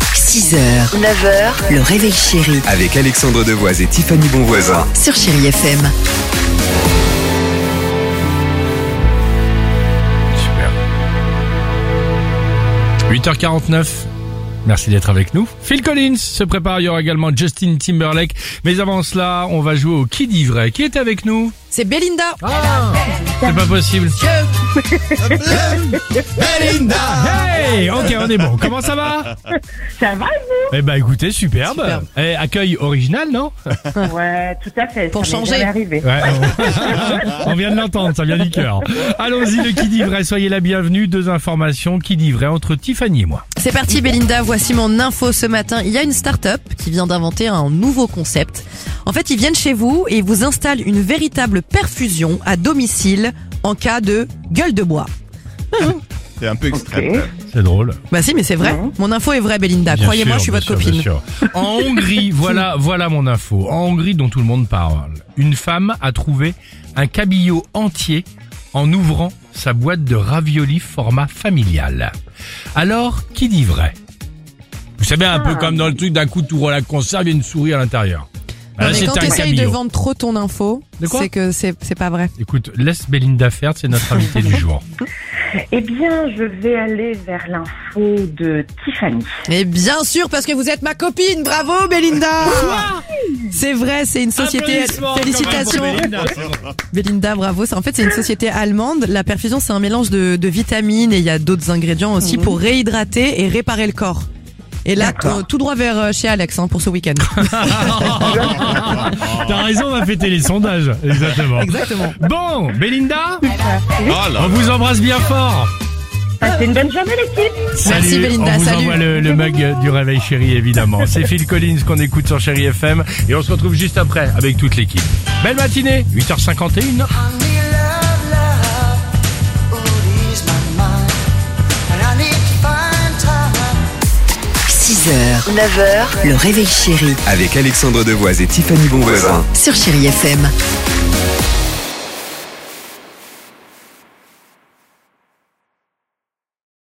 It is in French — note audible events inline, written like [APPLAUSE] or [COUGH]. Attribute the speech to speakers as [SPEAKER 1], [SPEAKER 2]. [SPEAKER 1] 6h, 9h, le réveil chéri
[SPEAKER 2] Avec Alexandre Devoise et Tiffany Bonvoisin.
[SPEAKER 1] sur Chéri FM.
[SPEAKER 3] Super. 8h49. Merci d'être avec nous. Phil Collins se prépare. Il y aura également Justin Timberlake. Mais avant cela, on va jouer au Qui dit vrai. Qui est avec nous
[SPEAKER 1] C'est Belinda.
[SPEAKER 3] C'est pas possible. Hey, ok, on est bon. Comment ça [LAUGHS] va
[SPEAKER 4] Ça va
[SPEAKER 3] Eh ben, écoutez, superbe.
[SPEAKER 1] Superbe.
[SPEAKER 3] Eh, accueil original, non
[SPEAKER 4] vous Ouais, tout à fait.
[SPEAKER 1] Pour
[SPEAKER 4] ça m'est
[SPEAKER 1] changer.
[SPEAKER 4] jamais arrivé.
[SPEAKER 3] Ouais, on... [LAUGHS] on vient de l'entendre, ça vient du cœur. Allons-y, le Qui dit vrai. Soyez la bienvenue. Deux informations Qui dit vrai entre Tiffany et moi.
[SPEAKER 1] C'est parti Belinda, voici mon info ce matin. Il y a une start-up qui vient d'inventer un nouveau concept. En fait, ils viennent chez vous et ils vous installent une véritable perfusion à domicile en cas de gueule de bois.
[SPEAKER 5] C'est un peu extrême.
[SPEAKER 4] Ok.
[SPEAKER 3] C'est drôle.
[SPEAKER 1] Bah si, mais c'est vrai. Mon info est vraie Belinda.
[SPEAKER 3] Bien
[SPEAKER 1] Ah, Croyez-moi,
[SPEAKER 3] sûr,
[SPEAKER 1] je suis
[SPEAKER 3] bien
[SPEAKER 1] votre
[SPEAKER 3] sûr,
[SPEAKER 1] copine.
[SPEAKER 3] bien sûr.
[SPEAKER 1] [LAUGHS]
[SPEAKER 3] En Hongrie, voilà, voilà mon info. En Hongrie, dont tout le monde parle, une femme a trouvé un cabillaud entier en ouvrant sa boîte de raviolis format familial. Alors, qui dit vrai Vous savez, un peu comme dans le truc, d'un coup, tu ouvres la conserve, il y a une souris à l'intérieur. Bah
[SPEAKER 6] Non,
[SPEAKER 3] là,
[SPEAKER 6] mais quand
[SPEAKER 3] c'était un
[SPEAKER 6] t'essayes de
[SPEAKER 3] cabillaud.
[SPEAKER 6] vendre trop ton info,
[SPEAKER 3] De quoi
[SPEAKER 6] c'est que c'est c'est pas vrai.
[SPEAKER 3] Écoute, laisse Belinda faire, c'est notre invité du jour.
[SPEAKER 4] Eh bien, je vais aller vers l'info de Tiffany.
[SPEAKER 1] Mais bien sûr, parce que vous êtes ma copine. Bravo Belinda. C'est vrai, c'est une [LAUGHS] société.
[SPEAKER 3] Applaudissements,
[SPEAKER 1] Félicitations.
[SPEAKER 3] quand même, pour Belinda.
[SPEAKER 1] Belinda, bravo. C'est- En fait, c'est une société allemande. La perfusion, c'est un mélange de, de vitamines et il y a d'autres ingrédients aussi
[SPEAKER 3] Mhm.
[SPEAKER 1] pour réhydrater et réparer le corps. Et là,
[SPEAKER 4] D'accord.
[SPEAKER 1] t- tout droit vers euh, chez Alex hein, pour ce week-end.
[SPEAKER 3] T'as raison, on va fêter les sondages. Exactement.
[SPEAKER 1] Exactement.
[SPEAKER 3] Bon, Belinda,
[SPEAKER 5] Oh là
[SPEAKER 3] on vous embrasse bien fort.
[SPEAKER 1] Ah.
[SPEAKER 4] Passez une bonne journée, l'équipe
[SPEAKER 1] Merci,
[SPEAKER 3] Salut,
[SPEAKER 1] Belinda,
[SPEAKER 3] On vous
[SPEAKER 1] salut.
[SPEAKER 3] envoie le, le mug du réveil chéri
[SPEAKER 1] [LAUGHS]
[SPEAKER 3] évidemment. C'est Phil Collins qu'on écoute sur Chéri FM et on se retrouve juste après avec toute l'équipe. Belle matinée, 8h51.
[SPEAKER 7] I need love, love, oh, ease my mind, and I need to find time.
[SPEAKER 1] 6h, 9h, le réveil chéri
[SPEAKER 2] Avec Alexandre Devoise et Tiffany Bonvoisin.
[SPEAKER 1] sur Chéri FM.